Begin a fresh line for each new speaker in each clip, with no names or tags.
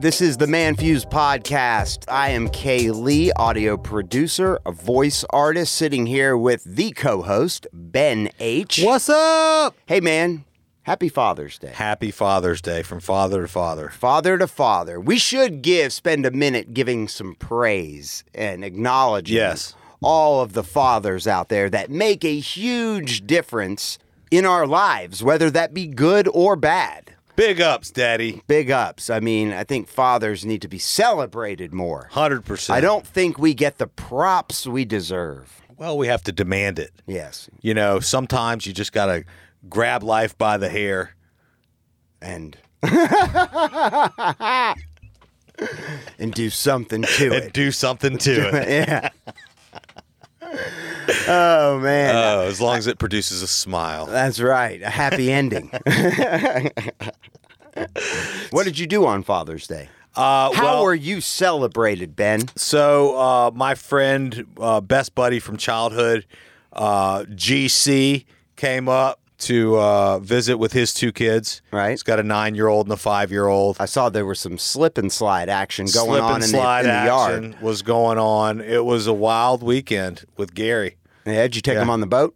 This is the Man Fuse podcast. I am Kay Lee, audio producer, a voice artist, sitting here with the co host, Ben H.
What's up?
Hey, man. Happy Father's Day.
Happy Father's Day from father to father.
Father to father. We should give, spend a minute giving some praise and acknowledging
Yes.
all of the fathers out there that make a huge difference in our lives, whether that be good or bad.
Big ups, Daddy.
Big ups. I mean, I think fathers need to be celebrated more.
100%.
I don't think we get the props we deserve.
Well, we have to demand it.
Yes.
You know, sometimes you just got to grab life by the hair.
And and do something to
And
it.
do something to it.
Yeah. Oh man.
Oh, as long as it produces a smile.
That's right. A happy ending. what did you do on Father's Day?
Uh,
How
well,
were you celebrated, Ben?
so uh, my friend, uh, best buddy from childhood, uh, GC, came up to uh, visit with his two kids.
Right.
He's got a nine year old and a five year old.
I saw there was some slip and slide action going
slip
on
and
in,
slide
the, in the yard.
action was going on. It was a wild weekend with Gary.
Yeah, did you take them on the boat?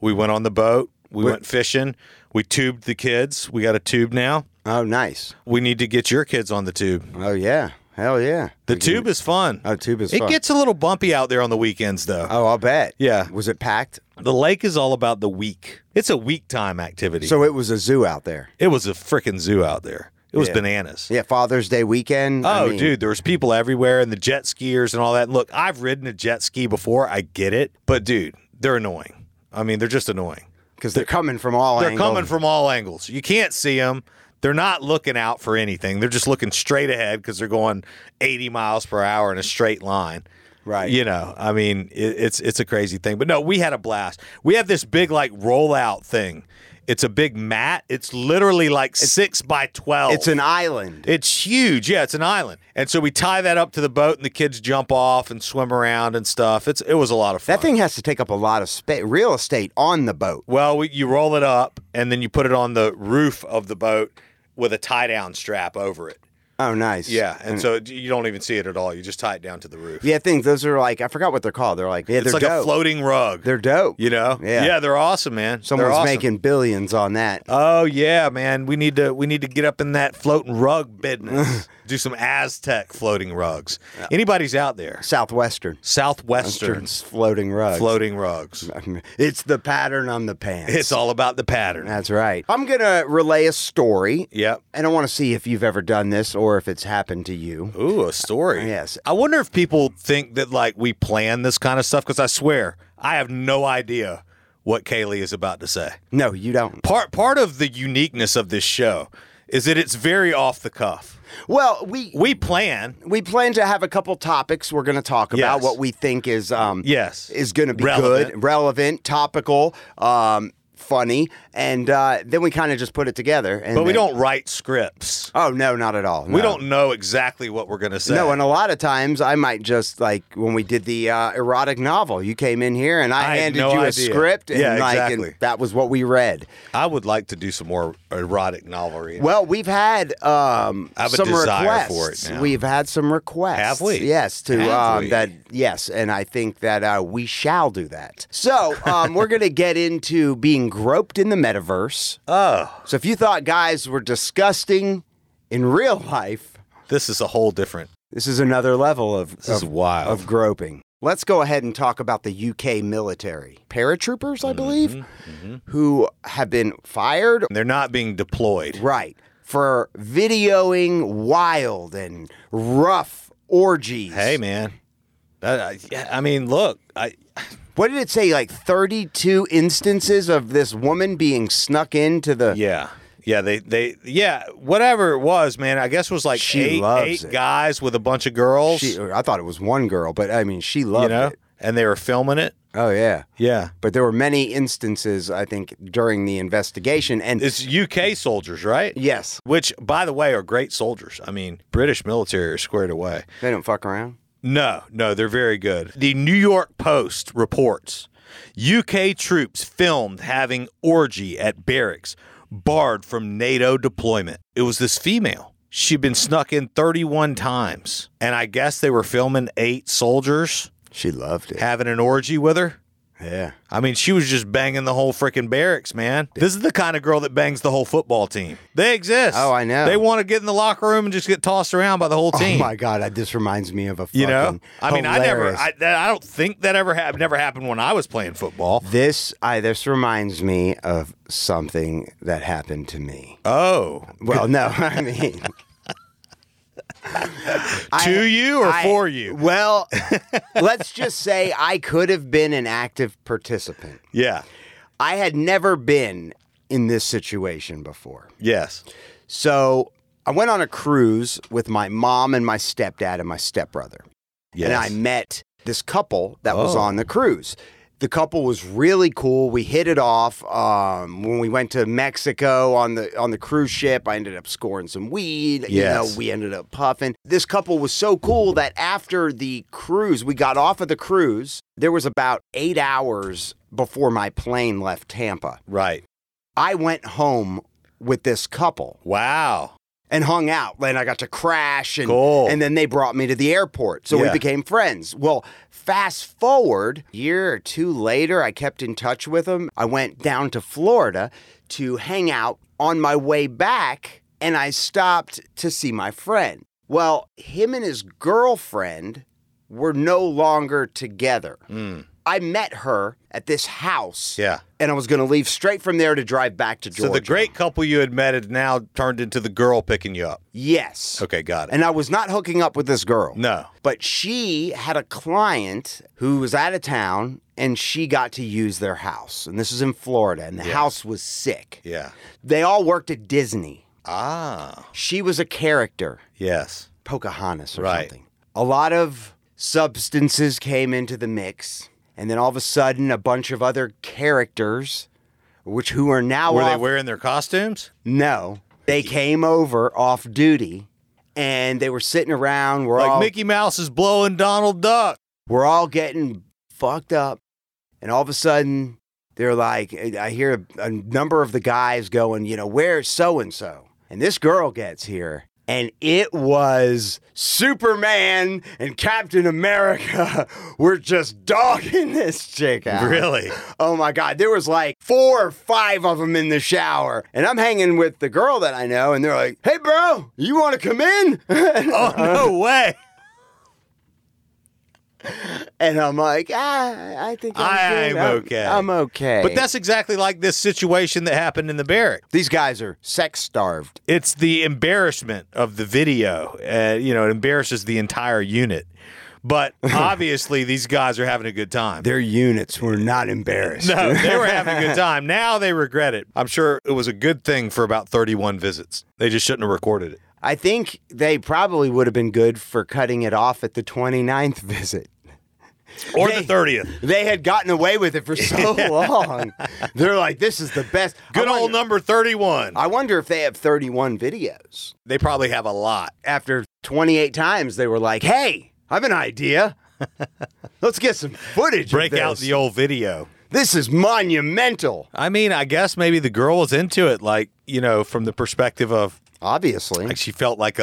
We went on the boat. We went fishing. We tubed the kids. We got a tube now.
Oh, nice.
We need to get your kids on the tube.
Oh, yeah. Hell yeah.
The
We can-
tube is fun.
Oh, tube is
it
fun.
gets a little bumpy out there on the weekends, though.
Oh, I'll bet.
Yeah.
Was it packed?
the lake is all about the week. It's a week time activity.
So it was a zoo out there.
it was a freaking zoo out there. It was
Yeah.
bananas.
Yeah, Father's Day weekend. I
Oh,
mean,
dude, there was people everywhere and the jet skiers and all that. Look, I've ridden a jet ski before. I get it. But, dude, they're annoying. I mean, they're just annoying.
Because they're coming from all
They're
angles.
coming from all angles. You can't see them. They're not looking out for anything. They're just looking straight ahead because they're going 80 miles per hour in a straight line.
Right.
You know, I mean, it, it's it's a crazy thing. But no, we had a blast. We have this big like rollout thing. It's a big mat. It's literally like six by twelve.
It's an island.
It's huge. Yeah, it's an island. And so we tie that up to the boat and the kids jump off and swim around and stuff. It's it was a lot of fun.
that thing has to take up a lot of spa- real estate on the boat.
well, we, you roll it up and then you put it on the roof of the boat with a tie down strap over it.
Oh, nice.
Yeah, and so you don't even see it at all. You just tie it down to the roof.
Yeah, things. Those are like I forgot what they're called. They're like yeah,
it's
they're
like a
dope.
floating rug.
they're dope.
you know?
Yeah.
Yeah, they're awesome, man. They're
Someone's
awesome.
making billions on that.
Oh yeah, man. We need to we need to get up in that floating rug business. Do some Aztec floating rugs. Anybody's out there.
Southwestern
Southwestern
floating rug.
floating rugs.
It's the pattern on the pants.
It's all about the pattern.
That's right. I'm gonna relay a story,
Yep.
and I want to see if you've ever done this or if it's happened to you.
Ooh, a story.
Yes.
I wonder if people think that like we plan this kind of stuff because I swear I have no idea what Kaylee is about to say.
No, you don't.
Part part of the uniqueness of this show is that it's very off the cuff.
Well, we
We plan.
we plan to have a couple topics we're going to talk about
Yes.
what we think is um
Yes.
is going to be
Relevant.
good, relevant, topical, um funny, and uh, then we kind of just put it together. And
But we
then-
don't write scripts.
Oh no, not at all. no.
We don't know exactly what we're going to say.
No, and a lot of times I might just like when we did the uh, erotic novel, you came in here and I,
I had
handed
no
you a
idea.
script and
Yeah,
like and
exactly.
that was what we read.
I would like to do some more erotic novel reading.
Well, we've had um,
I have a
some
desire
requests.
for it now.
We've had some requests.
Have we?
Yes, to
Have
um,
we?
that. Yes, and I think that uh, we shall do that. So um, we're going to get into being groped in the metaverse.
oh,
So if you thought guys were disgusting in real life,
this is a whole different.
this is another level of
This is
of,
wild.
of groping. Let's go ahead and talk about the UK military paratroopers,
Mm-hmm,
I believe, who have been fired
They're not being deployed.
Right. For videoing wild and rough orgies.
Hey, man. That, I, yeah, I mean, look. I
What did it say? Like 32 instances of this woman being snuck into the.
yeah. Yeah, they, they yeah, whatever it was, man. I guess it was like
She
eight,
loves
eight
it.
guys with a bunch of girls,
She,
you
I thought it was one girl, but I mean, she loved
know,
it.
and they were filming it.
Oh, yeah.
Yeah.
But there were many instances, I think, during the investigation. And
It's UK soldiers, right?
yes,
Which by the way are great soldiers. I mean, British military are squared away.
they don't fuck around.
No, no, they're very good. The New York Post reports UK troops filmed having orgy at barracks, barred from NATO deployment. It was this female. she'd been snuck in 31 times. And I guess they were filming eight soldiers
She loved it.
having an orgy with her.
Yeah.
I mean, she was just banging the whole freaking barracks, man. This is the kind of girl that bangs the whole football team. They exist.
Oh, I know.
They want to get in the locker room and just get tossed around by the whole
Oh
team.
my God, I, this reminds me of a fucking
you know, I mean,
hilarious-
I never, I, that, I don't think that ever happened. Never happened when I was playing football.
This I this reminds me of something that happened to me.
Oh,
Well, no, I mean I-
to you or
I-
for you?
Well, let's just say I could have been an active participant.
Yeah.
I had never been in this situation before.
Yes.
So I went on a cruise with my mom and my stepdad and my stepbrother.
Yes.
And I met this couple that was
Oh.
on the cruise. The couple was really cool. We hit it off. Um, when we went to Mexico on the on the cruise ship, I ended up scoring some weed. You know,
Yes.
we ended up puffing. This couple was so cool that after the cruise, we got off of the cruise. There was about eight hours before my plane left Tampa.
right.
I went home with this couple
Wow.
and hung out. And I got to crash, and
Cool.
and then they brought me to the airport, so we
Yeah.
became friends. Well, fast forward a year or two later, I kept in touch with them. I went down to Florida to hang out. On my way back, and I stopped to see my friend. Well, him and his girlfriend were no longer together.
Mm.
I met her at this house,
Yeah.
and I was going to leave straight from there to drive back to Georgia.
So the great couple you had met had now turned into the girl picking you up.
yes.
Okay, got it.
And I was not hooking up with this girl.
no.
But she had a client who was out of town and she got to use their house. And this is in Florida and the house was sick.
Yeah.
They all worked at Disney.
Ah.
She was a character,
Yes.
Pocahontas or
Right.
something. A lot of substances came into the mix. And then all of a sudden, a bunch of other characters, which who are now
Were they
off-
wearing their costumes?
no, they came over off duty, and they were sitting around. We're
Like
all
Mickey Mouse is blowing Donald Duck.
we're all getting fucked up. And all of a sudden, they're like, I hear a, a number of the guys going, you know, where's so and so? And this girl gets here. And it was Superman and Captain America. We're just dogging this chick out.
Really?
Oh my God. There was like four or five of them in the shower. And I'm hanging with the girl that I know. And they're like, hey, bro, you want to come in?
Oh no way!
And I'm like, ah, I think I'm
I'm
good. I'm
okay."
I'm okay.
But that's exactly like this situation that happened in the barrack.
these guys are sex starved.
It's the embarrassment of the video. Uh, you know, it embarrasses the entire unit. But obviously, these guys are having a good time.
Their units were not embarrassed.
No, they were having a good time. Now they regret it. I'm sure it was a good thing for about 31 visits. They just shouldn't have recorded it.
I think they probably would have been good for cutting it off at the 29th visit.
Or
They-
the 30th.
They had gotten away with it for so long. They're like, this is the best.
Good
I
old
wonder-
number 31.
I wonder if they have 31 videos.
They probably have a lot.
After 28 times, they were like, hey, I have an idea. Let's get some footage.
Break
of
out
this.
the old video.
This is monumental.
I mean, I guess maybe the girl was into it, like, you know, from the perspective of
Obviously.
like she felt like a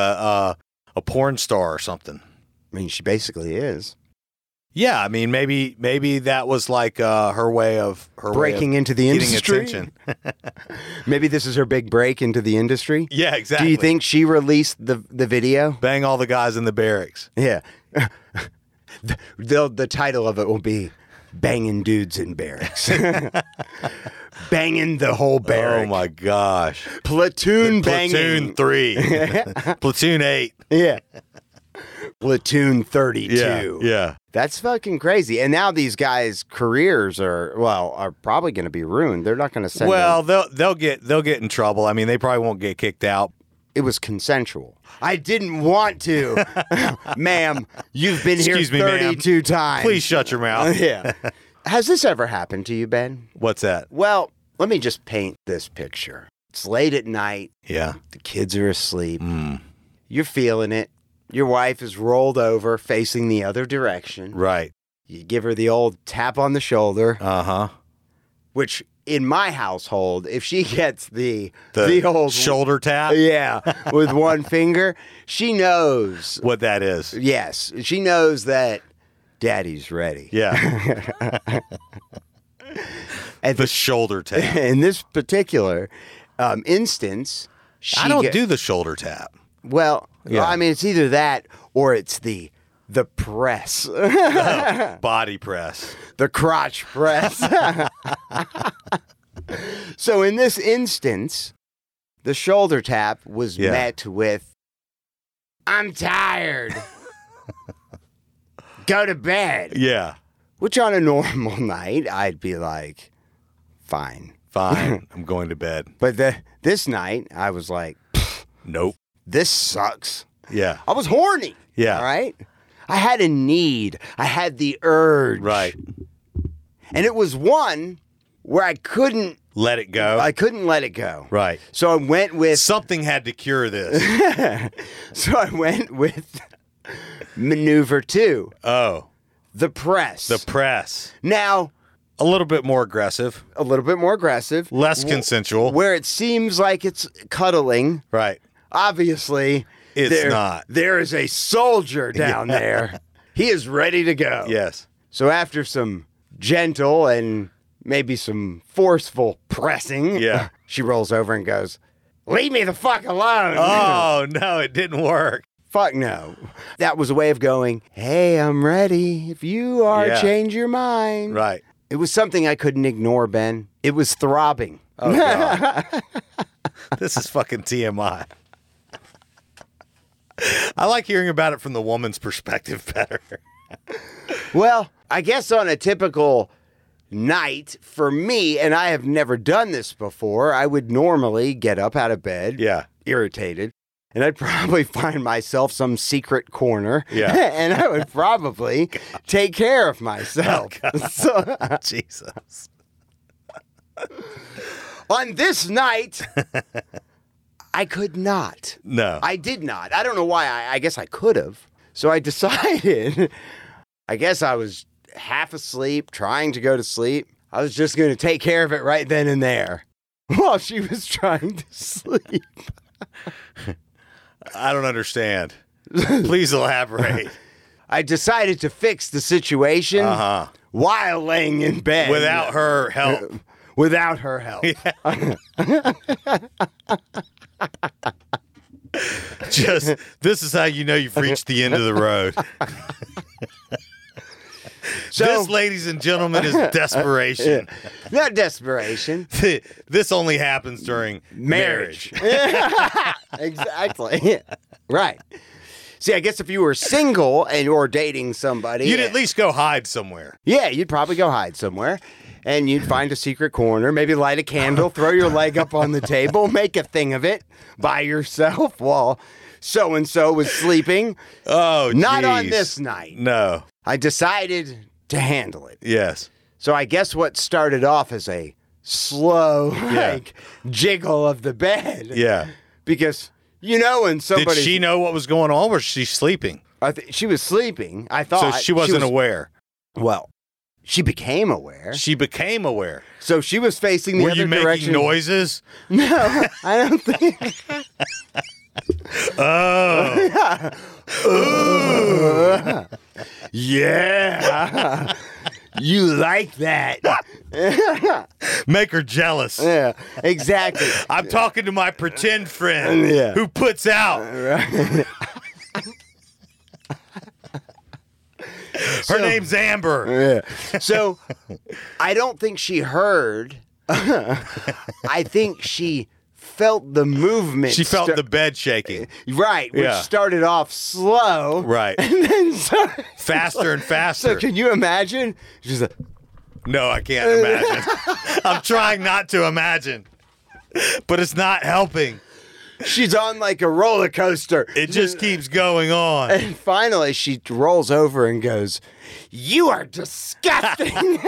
a, a porn star or something.
I mean, she basically is
Yeah, I mean, maybe maybe that was like uh, her way of her way of
breaking into the
getting
industry.
attention.
Maybe this is her big break into the industry.
Yeah, exactly.
Do you think she released the the video?
bang all the guys in the barracks?
Yeah. the, the the title of it will be "Banging Dudes in Barracks." Banging the whole
Oh
barracks.
my gosh!
Platoon
Platoon
banging.
three, platoon eight.
yeah. Platoon 32.
Yeah, yeah.
That's fucking crazy. And now these guys' careers are, well, are probably going to be ruined. They're not going to send them-
Well, they'll they'll get they'll get in trouble. I mean, they probably won't get kicked out.
It was consensual. I didn't want to. ma'am, you've been
Excuse me,
here
ma'am.
32 times.
Please shut your mouth.
yeah. Has this ever happened to you, Ben?
What's that?
Well, let me just paint this picture. It's late at night.
Yeah.
The kids are asleep.
Mm,
You're feeling it. Your wife is rolled over facing the other direction.
right.
You give her the old tap on the shoulder,
Uh huh.
which in my household, if she gets the
The,
the, old
shoulder tap.
yeah, with one finger, she knows.
What that is.
Yes, she knows that daddy's ready.
Yeah.
At
the shoulder tap.
in this particular um, instance, she
I don't
get-
do the shoulder tap.
well.
Yeah.
I mean, it's either that or it's the the press,
Body press.
the crotch press. so in this instance, the shoulder tap was
Yeah.
met with, "I'm tired." Go to bed.
Yeah.
Which on a normal night, I'd be like, fine.
Fine. I'm going to bed.
But the, this night, I was like,
Nope.
this sucks.
Yeah.
I was horny.
Yeah.
All right. I had a need. I had the urge.
Right.
And it was one where I couldn't
Let it go.
I couldn't let it go.
right.
So I went with
Something had to cure this.
so I went with maneuver 2,
Oh,
the press.
the press.
now,
A little bit more aggressive,
a little bit more aggressive.
less
wh-
consensual.
Where it seems like it's cuddling,
right.
obviously
It's
there-
not.
There is a soldier down there. He is ready to go.
Yes.
So after some gentle and maybe some forceful pressing,
Yeah.
she rolls over and goes, "Leave me the fuck alone."
Oh, no, it didn't work.
Fuck no. That was a way of going, "Hey, I'm ready. If you are,
Yeah.
change your mind."
Right.
It was something I couldn't ignore, Ben. It was throbbing.
Oh, God. this is fucking TMI. I like hearing about it from the woman's perspective better.
Well, I guess on a typical night for me, and I have never done this before, I would normally get up out of bed,
Yeah.
irritated. And I'd probably find myself some secret corner.
Yeah.
and I would probably take care of myself.
Oh,
so
Jesus.
on this night, I could not.
No.
I did not. I don't know why. I, I guess I could have. So I decided, I guess I was half asleep, trying to go to sleep. I was just going to take care of it right then and there while she was trying to sleep.
I don't understand. Please elaborate.
I decided to fix the situation
Uh-huh.
while laying in bed
Without her help.
without her help.
Just this is how you know you've reached the end of the road.
So
this, ladies and gentlemen, is desperation.
not desperation,
this only happens during marriage.
marriage. exactly. right. See, I guess if you were single and or dating somebody,
You'd at least go hide somewhere.
Yeah, you'd probably go hide somewhere. And you'd find a secret corner, maybe light a candle, throw your leg up on the table, make a thing of it by yourself while so and so was sleeping.
Oh,
Not on
geez.
this night.
No.
I decided to handle it.
Yes.
So I guess what started off as a slow
Yeah.
like jiggle of the bed.
Yeah.
Because you know when
Did
somebody
she know what was going on? Was she sleeping?
I th- she was sleeping. Oh, I thought
so she wasn't
was-
aware.
Well, she became aware.
She became aware.
So she was facing the
Were
other
you making
direction.
noises?
No, I don't think.
Oh.
yeah. you like that.
Make her jealous.
yeah, exactly.
I'm talking to my pretend friend
Yeah.
who puts out. Her name's Amber.
Yeah. So I don't think she heard. I think she felt the movement.
She felt
sta-
the bed shaking.
Right, which
Yeah.
started off slow.
Right.
And then so,
Faster and
so
faster.
can you imagine? She's like,
No, I can't imagine. I'm trying not to imagine, but it's not helping.
she's on like a roller coaster.
It just keeps going on.
And finally, she rolls over and goes, You are disgusting.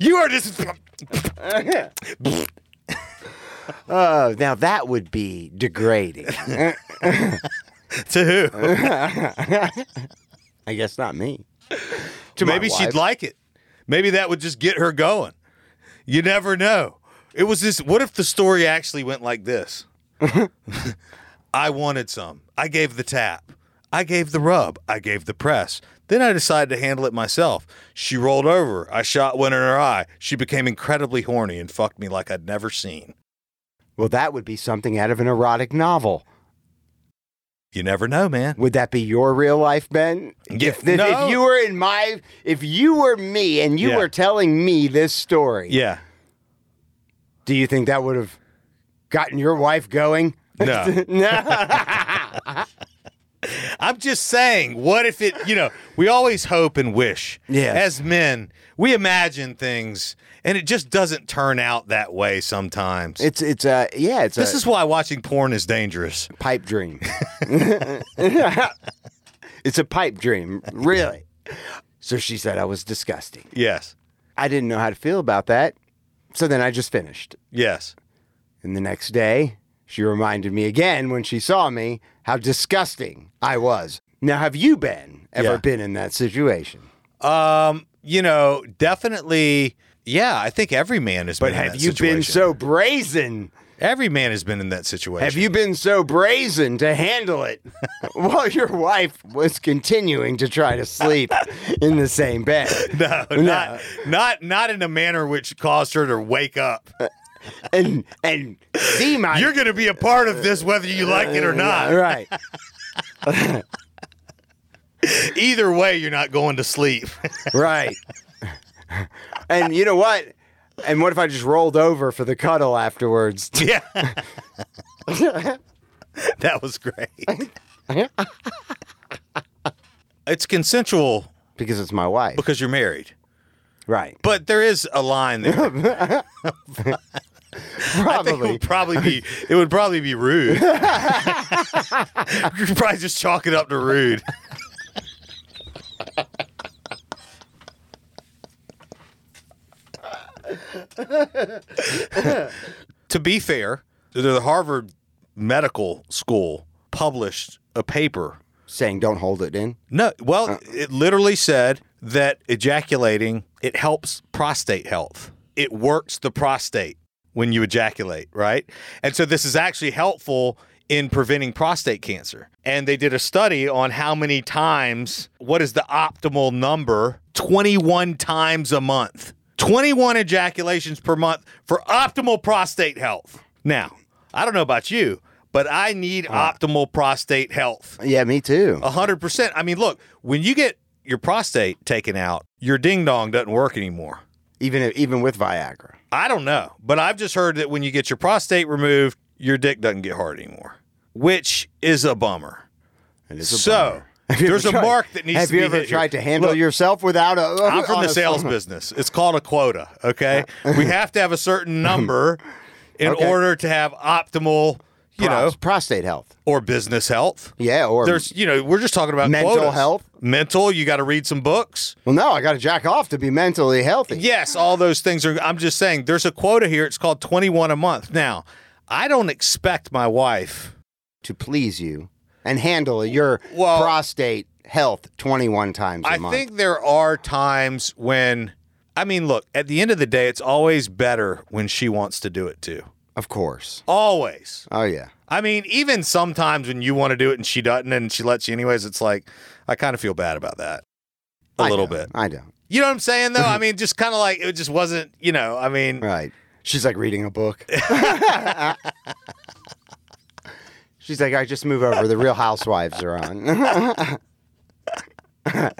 You are just.
oh, now that would be degrading.
To who?
I guess not me. To my
Maybe
wife.
she'd like it. Maybe that would just get her going. You never know. It was this. What if the story actually went like this? I wanted some. I gave the tap. I gave the rub. I gave the press. Then I decided to handle it myself. She rolled over. I shot one in her eye. She became incredibly horny and fucked me like I'd never seen.
Well, that would be something out of an erotic novel.
You never know, man.
Would that be your real life, Ben?
Yeah,
If, th-
no.
if you were in my, if you were me and you
Yeah.
were telling me this story,
Yeah.
do you think that would have gotten your wife going?
No.
no.
I'm just saying, what if it, you know, we always hope and wish.
Yeah.
As men, we imagine things and it just doesn't turn out that way sometimes.
It's it's uh yeah, it's
this
a
is why watching porn is dangerous.
pipe dream. it's a pipe dream, really. So she said I was disgusting.
Yes.
I didn't know how to feel about that. So then I just finished.
Yes.
And the next day, she reminded me again when she saw me how disgusting I was. Now, have you been ever
Yeah.
been in that situation?
Um, you know, definitely yeah, I think every man has
But
been in
have
that
you been
situation.
so brazen?
every man has been in that situation.
Have you been so brazen to handle it while your wife was continuing to try to sleep in the same bed?
No, not not not in a manner which caused her to wake up.
And and see my
You're going to be a part of this whether you like it or not.
right.
Either way, you're not going to sleep.
Right. and you know what? And what if I just rolled over for the cuddle afterwards?
yeah. that was great. it's consensual
Because it's my wife.
because you're married.
Right.
But there is a line there. I think it
Probably.
would probably be it would probably be rude. you could probably just chalk it up to rude. to be fair, the Harvard Medical School published a paper
Saying don't hold it in.
no, well, it literally said that ejaculating it helps prostate health. It works the prostate when you ejaculate, right? And so this is actually helpful in preventing prostate cancer. And they did a study on how many times, what is the optimal number? 21 times a month. 21 ejaculations per month for optimal prostate health. Now, I don't know about you, but I need optimal prostate health.
Yeah, me too.
A hundred percent. I mean, look, when you get your prostate taken out, your ding dong doesn't work anymore.
Even if, even with Viagra.
I don't know, but I've just heard that when you get your prostate removed, your dick doesn't get hard anymore, which is a bummer.
It is a
So
bummer.
there's a
Tried-
mark that needs
Have
to be
you ever
hit here.
tried to handle yourself without a?
I'm from
on
the
a-
sales business. It's called a quota. Okay, we have to have a certain number in
Okay.
order to have optimal, you know,
Pros- prostate health.
or business health.
Yeah, or
There's, you know, we're just talking about
Mental
quotas.
health?
mental. You got to read some books.
well, no, I got to jack off to be mentally healthy.
Yes, all those things are. I'm just saying, there's a quota here. It's called 21 a month. Now, I don't expect my wife.
To please you and handle your
Well-
prostate health 21 times a
I
month.
think there are times when, I mean, look, at the end of the day, it's always better when she wants to do it too.
of course.
Always.
Oh yeah.
I mean, even sometimes when you want to do it and she doesn't and she lets you anyways, it's like, I kind of feel bad about that a
I
little
don't.
bit.
I don't.
You know what I'm saying, though? I mean, just kind of like, it just wasn't, you know, I mean,
Right. She's like reading a book. She's like, I just move over. The Real Housewives are on.
I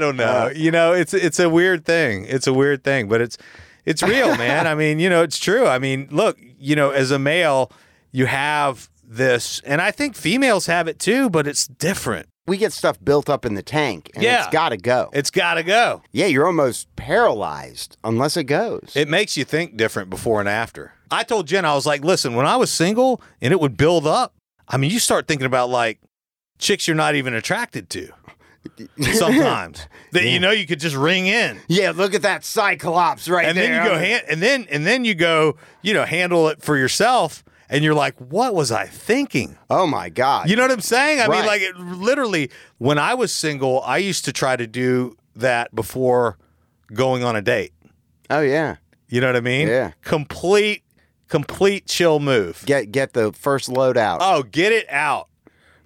don't know. you know, it's it's a weird thing. It's a weird thing, but it's it's real, man. I mean, you know, it's true. I mean, look, you know, as a male, you have this, and I think females have it too, but it's different.
we get stuff built up in the tank, and
Yeah.
it's got to go.
It's got to go.
yeah, you're almost paralyzed unless it goes.
It makes you think different before and after. I told Jen, I was like, listen, when I was single and it would build up, I mean, you start thinking about like chicks you're not even attracted to sometimes that you know you could just ring in.
yeah, look at that cyclops right
and
there.
then you go hand, and then and then you go you know handle it for yourself and you're like what was i thinking
Oh my god.
you know what i'm saying i mean
Right.
like it, literally when i was single i used to try to do that before going on a date.
Oh yeah.
You know what I mean?
Yeah.
Complete, complete chill move.
Get get the first load out.
oh, get it out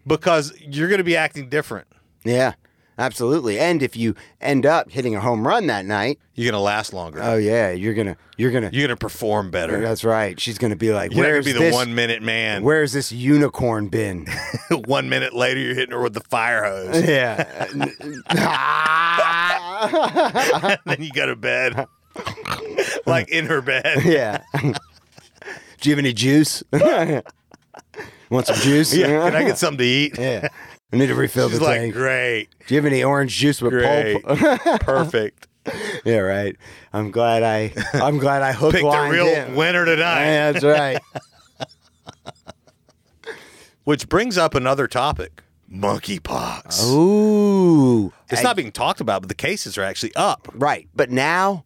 because you're going to be acting different.
Yeah. Absolutely. And if you end up hitting a home run that night,
You're going to last longer.
oh yeah, you're gonna you're gonna
you're going to perform better.
that's right. She's gonna be like,
You're not going
Where's
to be the
this
one minute man.
where's this unicorn bin?
one minute later, you're hitting her with the fire hose.
yeah. Ah.
and then you go to bed, like in her bed.
yeah. Do you have any juice? Want some juice?
Yeah. Can I get something to eat?
Yeah. I need to refill
She's
the
like,
tank.
great,
Do you have any orange juice with
great,
pulp?
perfect.
yeah, right. I'm glad I I'm glad I hooked
Pick the
lined
real
in.
winner tonight.
Yeah, that's right.
Which brings up another topic monkeypox.
Ooh.
It's not being talked about, but the cases are actually up.
Right. But now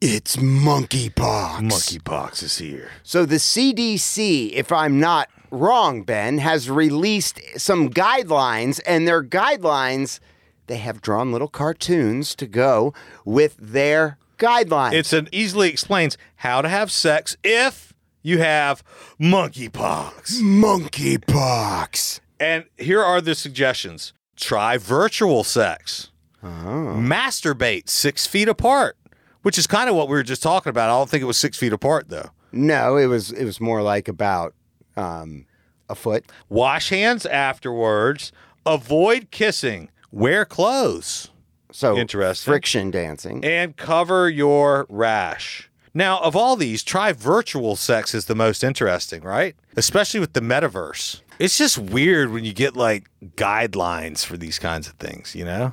it's monkeypox.
Monkeypox is here.
So the CDC, if I'm not wrong, Ben, has released some guidelines, and their guidelines, they have drawn little cartoons to go with their guidelines.
It's an easily explains how to have sex if you have monkeypox.
monkeypox.
And here are the suggestions try virtual sex, masturbate six feet apart, which is kind of what we were just talking about. I don't think it was six feet apart, though.
No, it was it was more like about um, a foot.
Wash hands afterwards, avoid kissing, wear clothes,
So
Interesting.
friction dancing.
and cover your rash. Now, of all these, try virtual sex is the most interesting, right? Especially with the metaverse. It's just weird when you get like guidelines for these kinds of things, you know?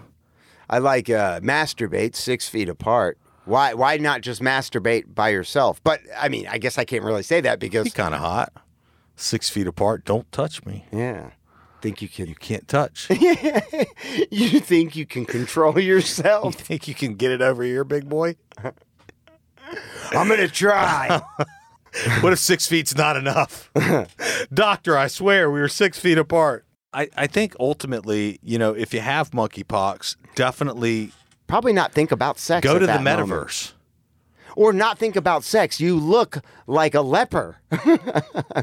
I like uh, masturbate six feet apart. Why why not just masturbate by yourself? But I mean, I guess I can't really say that
Be
because
kind of hot. Six feet apart. Don't touch me.
yeah, think you can
You can't touch.
you think you can control yourself?
Think you can get it over here, big boy?
I'm gonna try.
What if six feet's not enough? Doctor, I swear we were six feet apart. I, I think ultimately, you know, if you have monkeypox, definitely
Probably not think about sex.
go
at
to the
that
metaverse.
moment. or not think about sex. You look like a leper.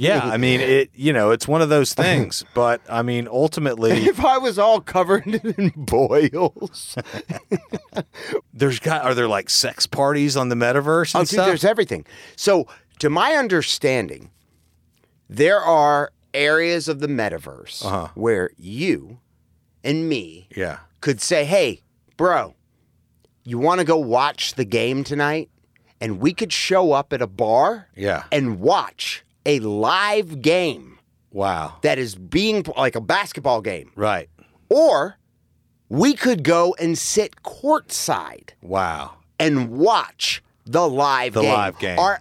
Yeah, I mean it. You know, it's one of those things. But I mean, ultimately,
if I was all covered in boils,
there's got are there like sex parties on the metaverse and
oh, dude,
stuff?
there's everything. So, to my understanding, there are areas of the metaverse
Uh-huh.
where you and me
yeah,
could say, hey, bro, you want to go watch the game tonight? And we could show up at a bar
yeah.
and watch a live game
Wow.
that is being like a basketball game.
Right.
Or we could go and sit courtside
Wow.
and watch the live
The
game.
live game.
Our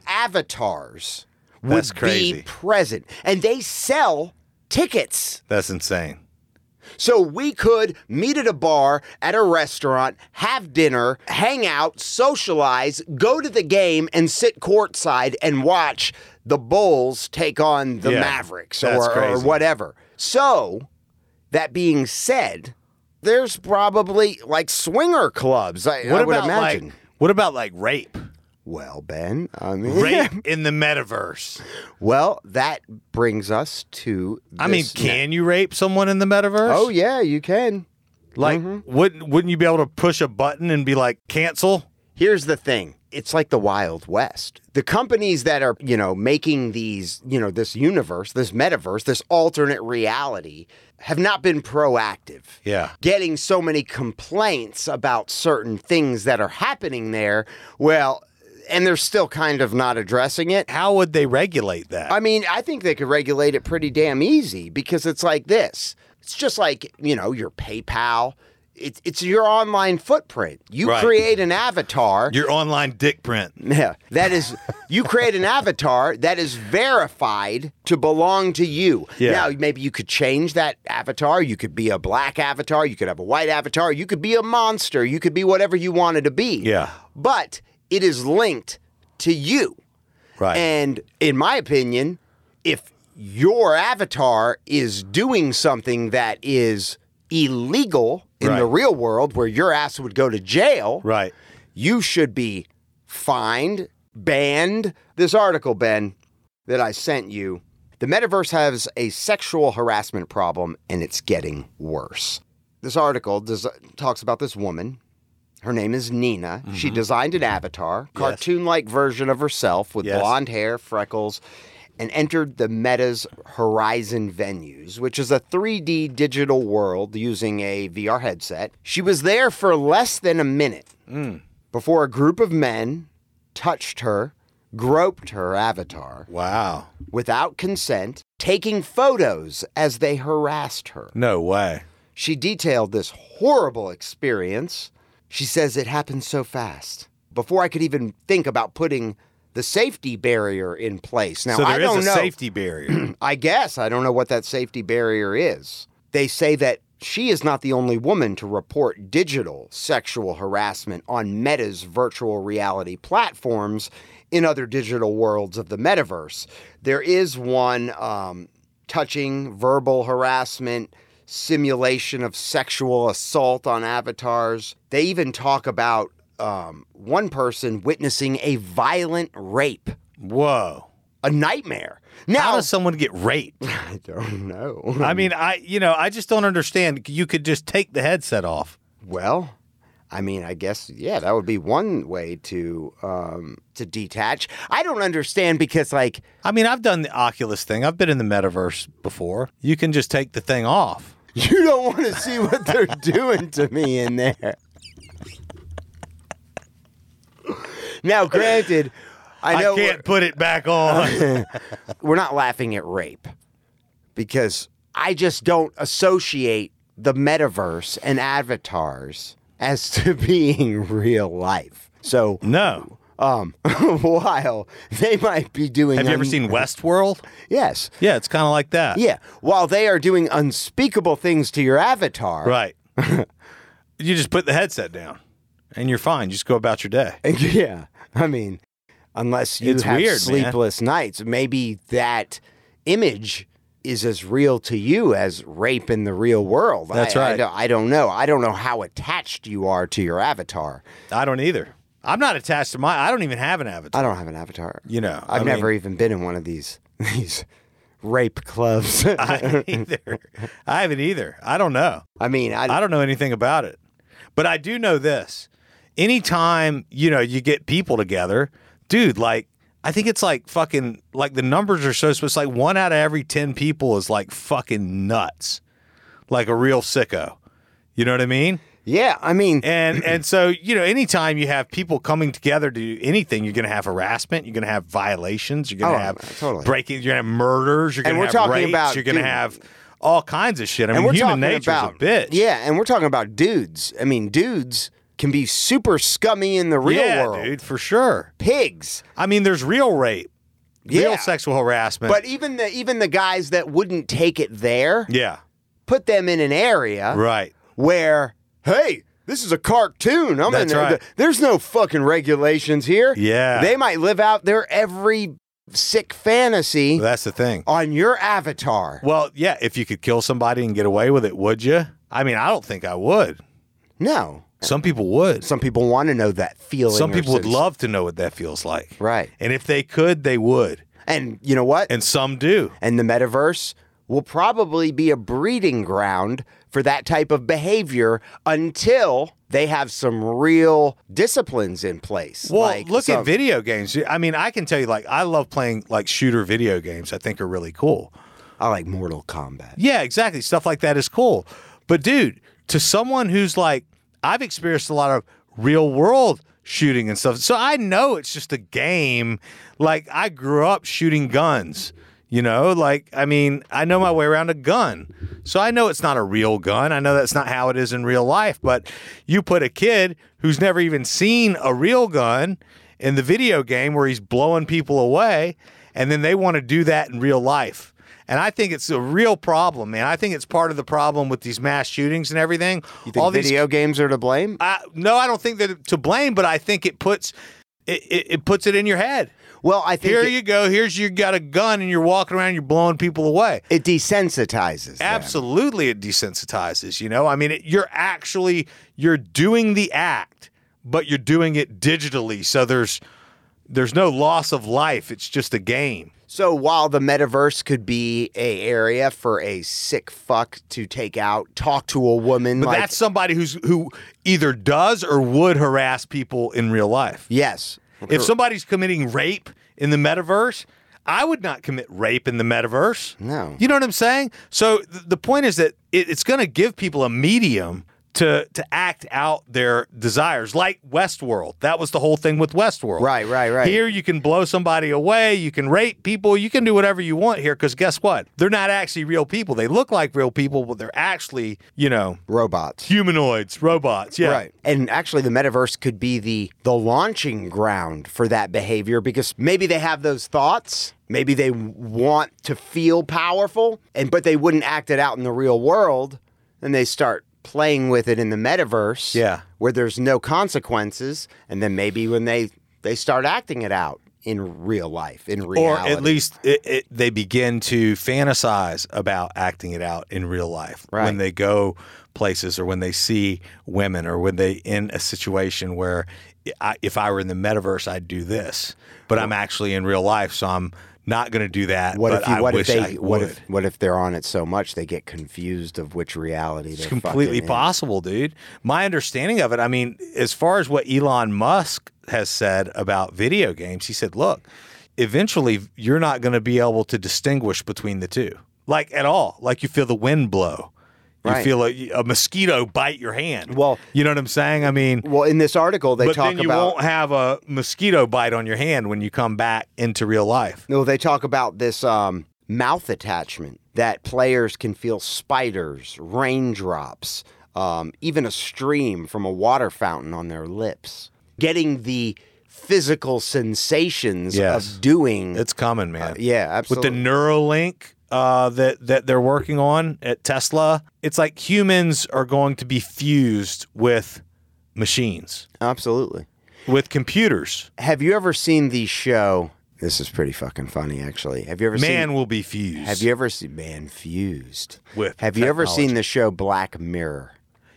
avatars
That's
would
crazy.
be present. And they sell tickets.
That's insane.
So we could meet at a bar, at a restaurant, have dinner, hang out, socialize, go to the game, and sit courtside and watch the Bulls take on the
Yeah,
Mavericks
that's
or, or
crazy.
whatever. So, that being said, there's probably like swinger clubs. I, I
What
would
about
imagine.
like what about like rape?
well, Ben, I mean,
Rape in the metaverse.
well, that brings us to.
I mean,
this ne-
can you rape someone in the metaverse?
oh yeah, you can. Mm-hmm.
Like, wouldn't wouldn't you be able to push a button and be like cancel?
Here's the thing. It's like the Wild West. The companies that are, you know, making these, you know, this universe, this metaverse, this alternate reality have not been proactive.
Yeah.
Getting so many complaints about certain things that are happening there, well, and they're still kind of not addressing it.
How would they regulate that?
I mean, I think they could regulate it pretty damn easy because it's like this. It's just like, you know, your PayPal. It's it's your online footprint. You
Right.
create an avatar.
Your online dick print.
Yeah. That is, you create an avatar that is verified to belong to you.
Yeah.
Now, maybe you could change that avatar. You could be a black avatar. You could have a white avatar. You could be a monster. You could be whatever you wanted to be.
Yeah.
But it is linked to you.
Right.
And in my opinion, if your avatar is doing something that is illegal in
Right.
the real world where your ass would go to jail
right.
You should be fined, banned. This article, Ben, that I sent you, the metaverse has a sexual harassment problem and it's getting worse. This article does, talks about this woman. Her name is Nina. She designed an avatar, cartoon like version of herself with
Yes.
blonde hair, freckles, and entered the Meta's Horizon venues, which is a 3D digital world using a VR headset. She was there for less than a minute before a group of men touched her, groped her avatar
Wow.
without consent, taking photos as they harassed her.
No way.
She detailed this horrible experience. She says it happened so fast. Before I could even think about putting the safety barrier in place. Now
so
I
there is
don't
a
know.
safety barrier.
I guess I don't know what that safety barrier is. They say that she is not the only woman to report digital sexual harassment on Meta's virtual reality platforms in other digital worlds of the metaverse. There is one um, touching, verbal harassment, simulation of sexual assault on avatars. They even talk about um, one person witnessing a violent rape,
Whoa.
a nightmare.
How
Now,
does someone get raped?
I don't know.
I mean, I you know, I just don't understand. You could just take the headset off.
well, I mean, I guess yeah, that would be one way to um, to detach. I don't understand because like
I mean, I've done the Oculus thing. I've been in the metaverse before. You can just take the thing off.
you don't want to see what they're doing to me in there. Now, granted, I
I,
know
can't put it back on.
we're not laughing at rape because I just don't associate the metaverse and avatars as to being real life. So
no.
um, while they might be doing.
Have you ever
un-
seen Westworld?
Yes.
Yeah, it's kind of like that.
Yeah. While they are doing unspeakable things to your avatar
Right. you just put the headset down and you're fine. You just go about your day.
Yeah, I mean, unless you
It's
have
weird, man.
sleepless nights, maybe that image is as real to you as rape in the real world.
That's
I, I
right.
don't- I, don't know. I don't know how attached you are to your avatar.
I don't either. I'm not attached to my, I don't even have an avatar.
I don't have an avatar.
You know,
I've
I mean,
never even been in one of these these rape clubs.
I haven't either. I haven't either. I don't know.
I mean, I,
I don't know anything about it. But I do know this. Anytime, you know, you get people together, dude, like I think it's like fucking like the numbers are so it's like one out of every 10 people is like fucking nuts. Like a real sicko. You know what I mean?
yeah, I mean,
And and so, you know, anytime you have people coming together to do anything, you're going to have harassment, you're going to have violations, you're going
Oh,
to have
totally.
breaking, you're going to have murders, you're
And
going to
we're
have
talking
rapes,
about-
you're going to
dude.
have all kinds of shit. I mean, human nature's
about
a bitch.
Yeah, and we're talking about dudes. I mean, dudes can be super scummy in the real
yeah,
world.
dude, for sure.
Pigs.
I mean, there's real rape,
Yeah.
real sexual harassment.
But even the even the guys that wouldn't take it there,
yeah,
put them in an area
right.
where, hey, this is a cartoon. I'm in
That's
there.
right.
There's no fucking regulations here.
Yeah.
They might live out their every sick fantasy
That's the thing.
on your avatar.
Well, yeah, if you could kill somebody and get away with it, would you? I mean, I don't think I would.
No.
Some people would.
Some people want to know that feeling.
Some
or
people would
sense-
love to know what that feels like.
Right.
And if they could, they would.
And you know what?
And some do.
and the metaverse will probably be a breeding ground for that type of behavior until they have some real disciplines in place.
Well,
Like
look
some-
at video games. I mean, I can tell you, like, I love playing like shooter video games. I think are really cool.
I like Mortal Kombat.
Yeah, exactly. Stuff like that is cool. But dude, to someone who's like, I've experienced a lot of real world shooting and stuff. So I know it's just a game. Like I grew up shooting guns. You know, like I mean, I know my way around a gun. So I know it's not a real gun. I know that's not how it is in real life, but you put a kid who's never even seen a real gun in the video game where he's blowing people away and then they want to do that in real life. And I think it's a real problem, man. I think it's part of the problem with these mass shootings and everything.
You think
All these,
video games are to blame?
I, no, I don't think they're to blame, but I think it puts it, it, it puts it in your head.
Well, I think
Here
it,
you go. Here's you got a gun, and you're walking around. You're blowing people away.
it desensitizes. them.
Absolutely, it desensitizes. You know, I mean, it, you're actually you're doing the act but you're doing it digitally. So there's there's no loss of life. It's just a game.
So while the metaverse could be a area for a sick fuck to take out, talk to a woman,
But
like,
that's somebody who's who either does or would harass people in real life.
yes,
If somebody's committing rape in the metaverse, I would not commit rape in the metaverse.
No.
You know what I'm saying? So th- the point is that it, it's going to give people a medium to to act out their desires, like Westworld. That was the whole thing with Westworld.
Right, right, right.
Here you can blow somebody away, you can rape people, you can do whatever you want here because guess what? They're not actually real people. They look like real people, but they're actually, you know,
robots.
humanoids, robots. Yeah.
Right. And actually the metaverse could be the the launching ground for that behavior because maybe they have those thoughts, maybe they want to feel powerful and but they wouldn't act it out in the real world and they start playing with it in the metaverse
Yeah.
where there's no consequences and then maybe when they they start acting it out in real life in reality
Or at least it, it, they begin to fantasize about acting it out in real life
Right.
when they go places or when they see women or when they in a situation where I, if I were in the metaverse, I'd do this, but I'm actually in real life, so I'm not going to do that.
what
but
if you,
I
what if
wish I
they what
would.
if what if they're on it so much they get confused of which reality they're
It's completely
fucking in?
possible, dude. My understanding of it, I mean, as far as what Elon Musk has said about video games, he said, look, eventually you're not going to be able to distinguish between the two, like at all. Like you feel the wind blow, you
Right.
feel a, a mosquito bite your hand.
Well-
you know what I'm saying? I mean,
Well, in this article, they
but
talk
then you
about
won't have a mosquito bite on your hand when you come back into real life.
no, they talk about this um, mouth attachment that players can feel spiders, raindrops, um, even a stream from a water fountain on their lips. Getting the physical sensations
Yes.
of doing,
It's coming, man.
yeah,
with the
absolutely.
Neuralink uh, that that they're working on at Tesla, it's like humans are going to be fused with machines,
absolutely.
with computers.
Have you ever seen the show? This is pretty fucking funny, actually. Have you ever seen?
Man will be fused.
Have you ever seen man fused?
With
have you ever seen the show Black Mirror?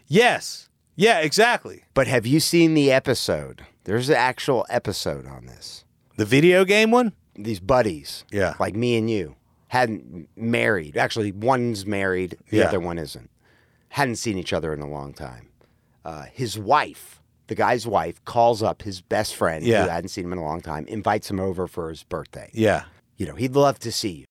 Yes. Yeah. Exactly.
But have you seen the episode? There's an actual episode on this.
The video game one.
These buddies,
Yeah.
like me and you, hadn't married. Actually, one's married, the
Yeah.
other one isn't. Hadn't seen each other in a long time. Uh, his wife, the guy's wife, calls up his best friend
Yeah.
who hadn't seen him in a long time, invites him over for his birthday.
Yeah.
You know, he'd love to see you.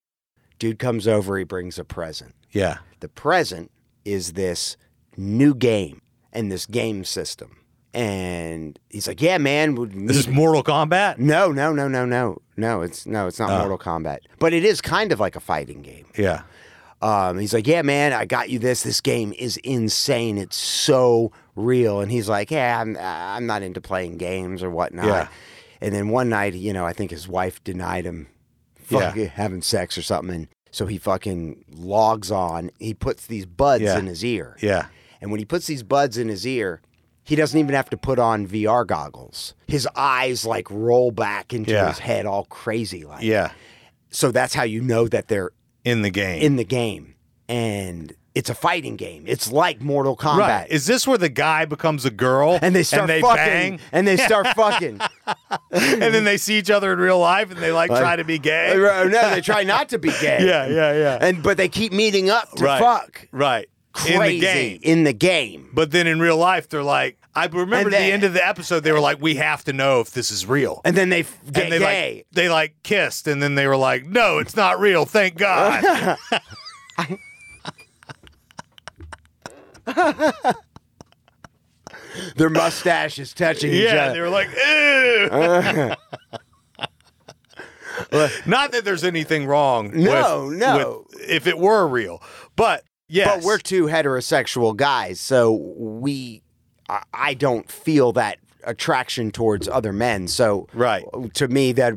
Dude comes over, he brings a present.
Yeah.
The present is this new game and this game system. And he's like, "Yeah, man, would
This is Mortal Kombat.
no, no, no, no, no, no. It's no, it's not
Uh.
Mortal Kombat, but it is kind of like a fighting game."
Yeah.
Um, he's like, "Yeah, man, I got you this. This game is insane. It's so real." And he's like, "Yeah, I'm, I'm not into playing games or whatnot."
Yeah.
And then one night, you know, I think his wife denied him fucking having sex or something, and so he fucking logs on. He puts these buds
Yeah.
in his ear.
Yeah.
And when he puts these buds in his ear, he doesn't even have to put on VR goggles. His eyes like roll back into
Yeah.
his head all crazy like.
Yeah.
So that's how you know that they're
In the game.
in the game. And it's a fighting game. It's like Mortal Kombat.
right. Is this where the guy becomes a girl
And they start
they
fucking
bang?
and they start fucking.
and then they see each other in real life and they like try to be gay?
no, they try not to be gay.
Yeah. Yeah. Yeah.
And but they keep meeting up to
right.
fuck.
Right.
Crazy
In the game.
In the game.
But then in real life, they're like, I remember
And
at
then-
the end of the episode, they were like, we have to know if this is real.
And then they f- get
they
gay.
like they like kissed, and then they were like, no, it's not real. Thank God.
Their mustache is touching each other.
yeah. And they were like, ew.
Uh-huh.
not that there's anything wrong.
No,
with-
no.
with- if it were real, but yes,
But we're two heterosexual guys, so we, I, I don't feel that attraction towards other men. So
Right.
to me that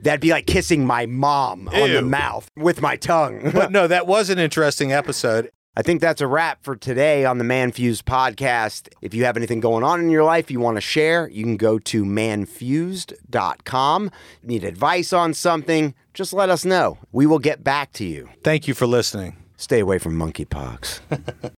that'd be like kissing my mom on the
Ew.
mouth with my tongue.
but no, that was an interesting episode.
I think that's a wrap for today on the Man Fused podcast. If you have anything going on in your life you want to share, you can go to manfused.com. Need advice on something? Just let us know. We will get back to you.
Thank you for listening.
Stay away from monkeypox.